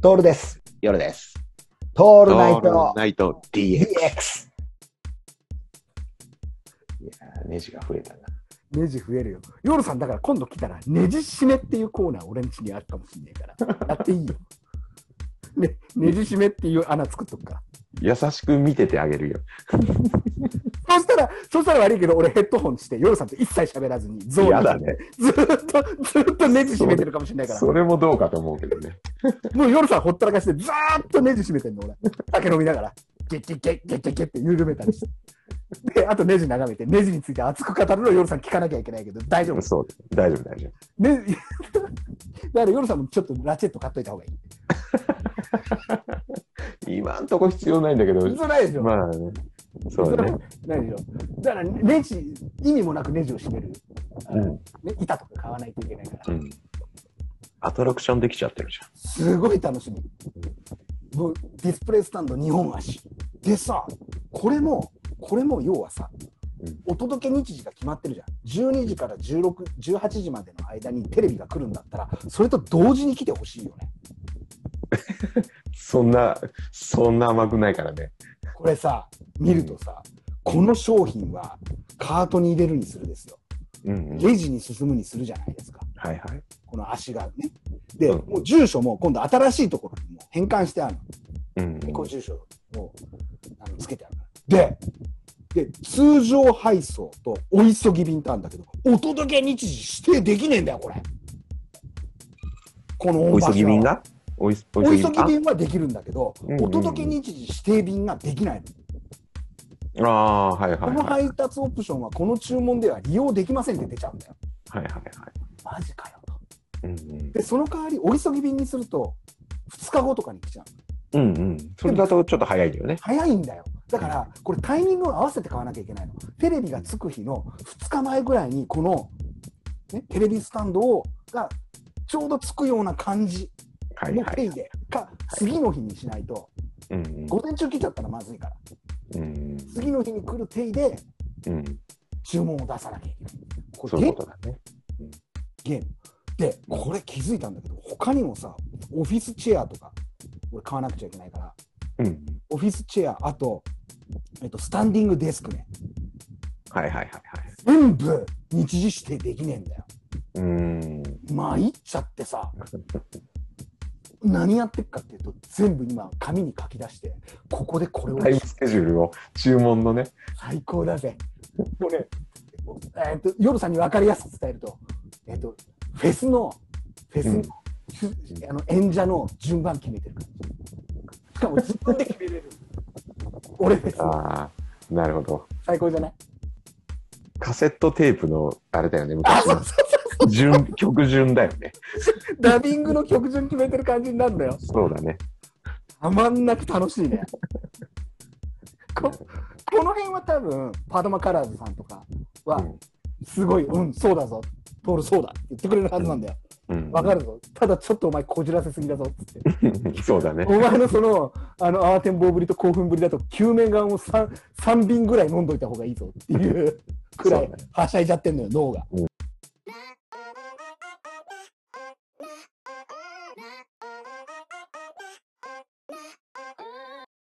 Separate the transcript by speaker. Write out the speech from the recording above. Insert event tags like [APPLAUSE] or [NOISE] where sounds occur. Speaker 1: トールです。
Speaker 2: 夜です。
Speaker 1: ト
Speaker 2: オ
Speaker 1: ールナイト
Speaker 2: ナイト
Speaker 1: DX。
Speaker 2: DX。ネジが増えたな。
Speaker 1: ネジ増えるよ。ヨルさん、だから今度来たら、ネジ締めっていうコーナー、俺ん家にあるかもしんないから。やっていいよ。ね、ネジ締めっていう穴作っとくから。
Speaker 2: 優しく見ててあげるよ。
Speaker 1: そしたら、そしたら悪いけど、俺ヘッドホンして、ヨルさんと一切喋らずに、ゾーンに
Speaker 2: 嫌だね。
Speaker 1: ずーっと、ずーっとネジ締めてるかもしれないから。
Speaker 2: それもどうかと思うけどね。
Speaker 1: もう夜さんほったらかして、ずーっとネジ締めてんの、俺。酒飲みながら、ゲッゲッゲッゲッゲッゲッって緩めたりして。で、あとネジ眺めて、ネジについて熱く語るのを夜さん聞かなきゃいけないけど、大丈夫。
Speaker 2: そうです。大丈夫、大丈
Speaker 1: [LAUGHS] ね、だから夜さんもちょっとラチェット買っといた方がいい。
Speaker 2: 夫。今んとこ必要ないんだけど、
Speaker 1: 嘘ないでしょ。
Speaker 2: まあね。そうだね。
Speaker 1: [LAUGHS] ないでしょ。だからネジ、意味もなくネジを締める。
Speaker 2: うん。
Speaker 1: ね、板とか買わないといけないから。
Speaker 2: うん。アトラクションできちゃってるじ
Speaker 1: すごい楽しみ。もうディスプレイスタンド2本足。でさ、これも、これも要はさ
Speaker 2: うん、
Speaker 1: お届け日時が決まってるじゃん。12時から16 18時までの間にテレビが来るんだったら、それと同時に来てほしいよね。
Speaker 2: ゃん。そんな、そんな甘くないからね。
Speaker 1: これさ、見るとさ、この商品はカートに入れるにするですよ。
Speaker 2: うん、うん。はい
Speaker 1: レジに進むにするじゃないですか。
Speaker 2: はい。
Speaker 1: この足がね。で、
Speaker 2: うん
Speaker 1: もう住所も今度新しいところにもう変換してあるの。
Speaker 2: うん、
Speaker 1: 個住所をあのつけてあるから。で、で、通常配送とお急ぎ便とあるんだけど、お届け日時指定できねえんだよ、これ。この
Speaker 2: お
Speaker 1: 場所は
Speaker 2: 急ぎ便がおいお
Speaker 1: お急ぎ
Speaker 2: あ
Speaker 1: 便はできるんだけど、
Speaker 2: うんうんうん
Speaker 1: お届け日時指定便ができないの。
Speaker 2: あー、はいはい
Speaker 1: この
Speaker 2: はい。
Speaker 1: 配達オプションはこの注文では利用できませんって出ちゃうんだよ。
Speaker 2: はいはいはい。
Speaker 1: マジかよと。
Speaker 2: うんうん
Speaker 1: で、その代わりお急ぎ便にすると、2日後とかに来ちゃう。
Speaker 2: うんうん。それだとちょっと早いよね。
Speaker 1: 早いんだよ。だから、これタイミングを合わせて買わなきゃいけないの。テレビがつく日の2日前ぐらいに、この、ね、テレビスタンドをがちょうどつくような感じ
Speaker 2: はい
Speaker 1: の
Speaker 2: は
Speaker 1: ペ
Speaker 2: い。
Speaker 1: イで、か、次の日にしないと、
Speaker 2: うんうん
Speaker 1: 午前中来ちゃったらまずいから、
Speaker 2: うん
Speaker 1: 次の日に来る手で
Speaker 2: うん、
Speaker 1: 注文を出さなきゃいけない。こ
Speaker 2: そう
Speaker 1: れ
Speaker 2: い
Speaker 1: ゲ
Speaker 2: う
Speaker 1: ー
Speaker 2: ことだね。
Speaker 1: ゲーム。で、これ気づいたんだけど、他にもさ、オフィスチェアとか、俺買わなくちゃいけないから、
Speaker 2: うん、
Speaker 1: オフィスチェア、あと、えっと、スタンディングデスクね。
Speaker 2: はいはいはいはい。
Speaker 1: 全部日時指定できねえんだよ。
Speaker 2: うーん、
Speaker 1: 参っちゃってさ何やってっかっていうと全部今紙に書き出してここでこれを
Speaker 2: タイムスケジュールを注文のね。
Speaker 1: 最高だぜ。これ、えっと夜さんに分かりやすく伝えると,、えっとフェスのフェスの,
Speaker 2: うん
Speaker 1: ふ、あの演者の順番決めてる感じ。しかも自分で決めれる。俺フェス
Speaker 2: ああ、なるほど。
Speaker 1: 最高じゃない
Speaker 2: カセットテープのあれだよね、
Speaker 1: あ
Speaker 2: 昔
Speaker 1: そう [LAUGHS]
Speaker 2: の
Speaker 1: そうそ
Speaker 2: 順曲順だよね。
Speaker 1: う [LAUGHS] ダビングの曲順決めてる感じになるんだよ。
Speaker 2: そうだね。
Speaker 1: たまんなく楽しいね。ここの辺は多分パドマカラーズさんとか
Speaker 2: う
Speaker 1: は
Speaker 2: ん
Speaker 1: すごい、うん、そうだぞ、ポールそうだって言ってくれるはずなんだよ。
Speaker 2: うん
Speaker 1: わかるぞ。ただちょっとお前こじらせすぎだぞっつって。
Speaker 2: [LAUGHS] そうだね
Speaker 1: お。前のその、あの、慌てんぼうぶりと興奮ぶりだと、救命眼を 3, 三瓶ぐらい飲んどいた方がいいぞっていうくら
Speaker 2: そ
Speaker 1: いう
Speaker 2: だね
Speaker 1: はしゃいじゃってんのよ、脳が。
Speaker 2: うん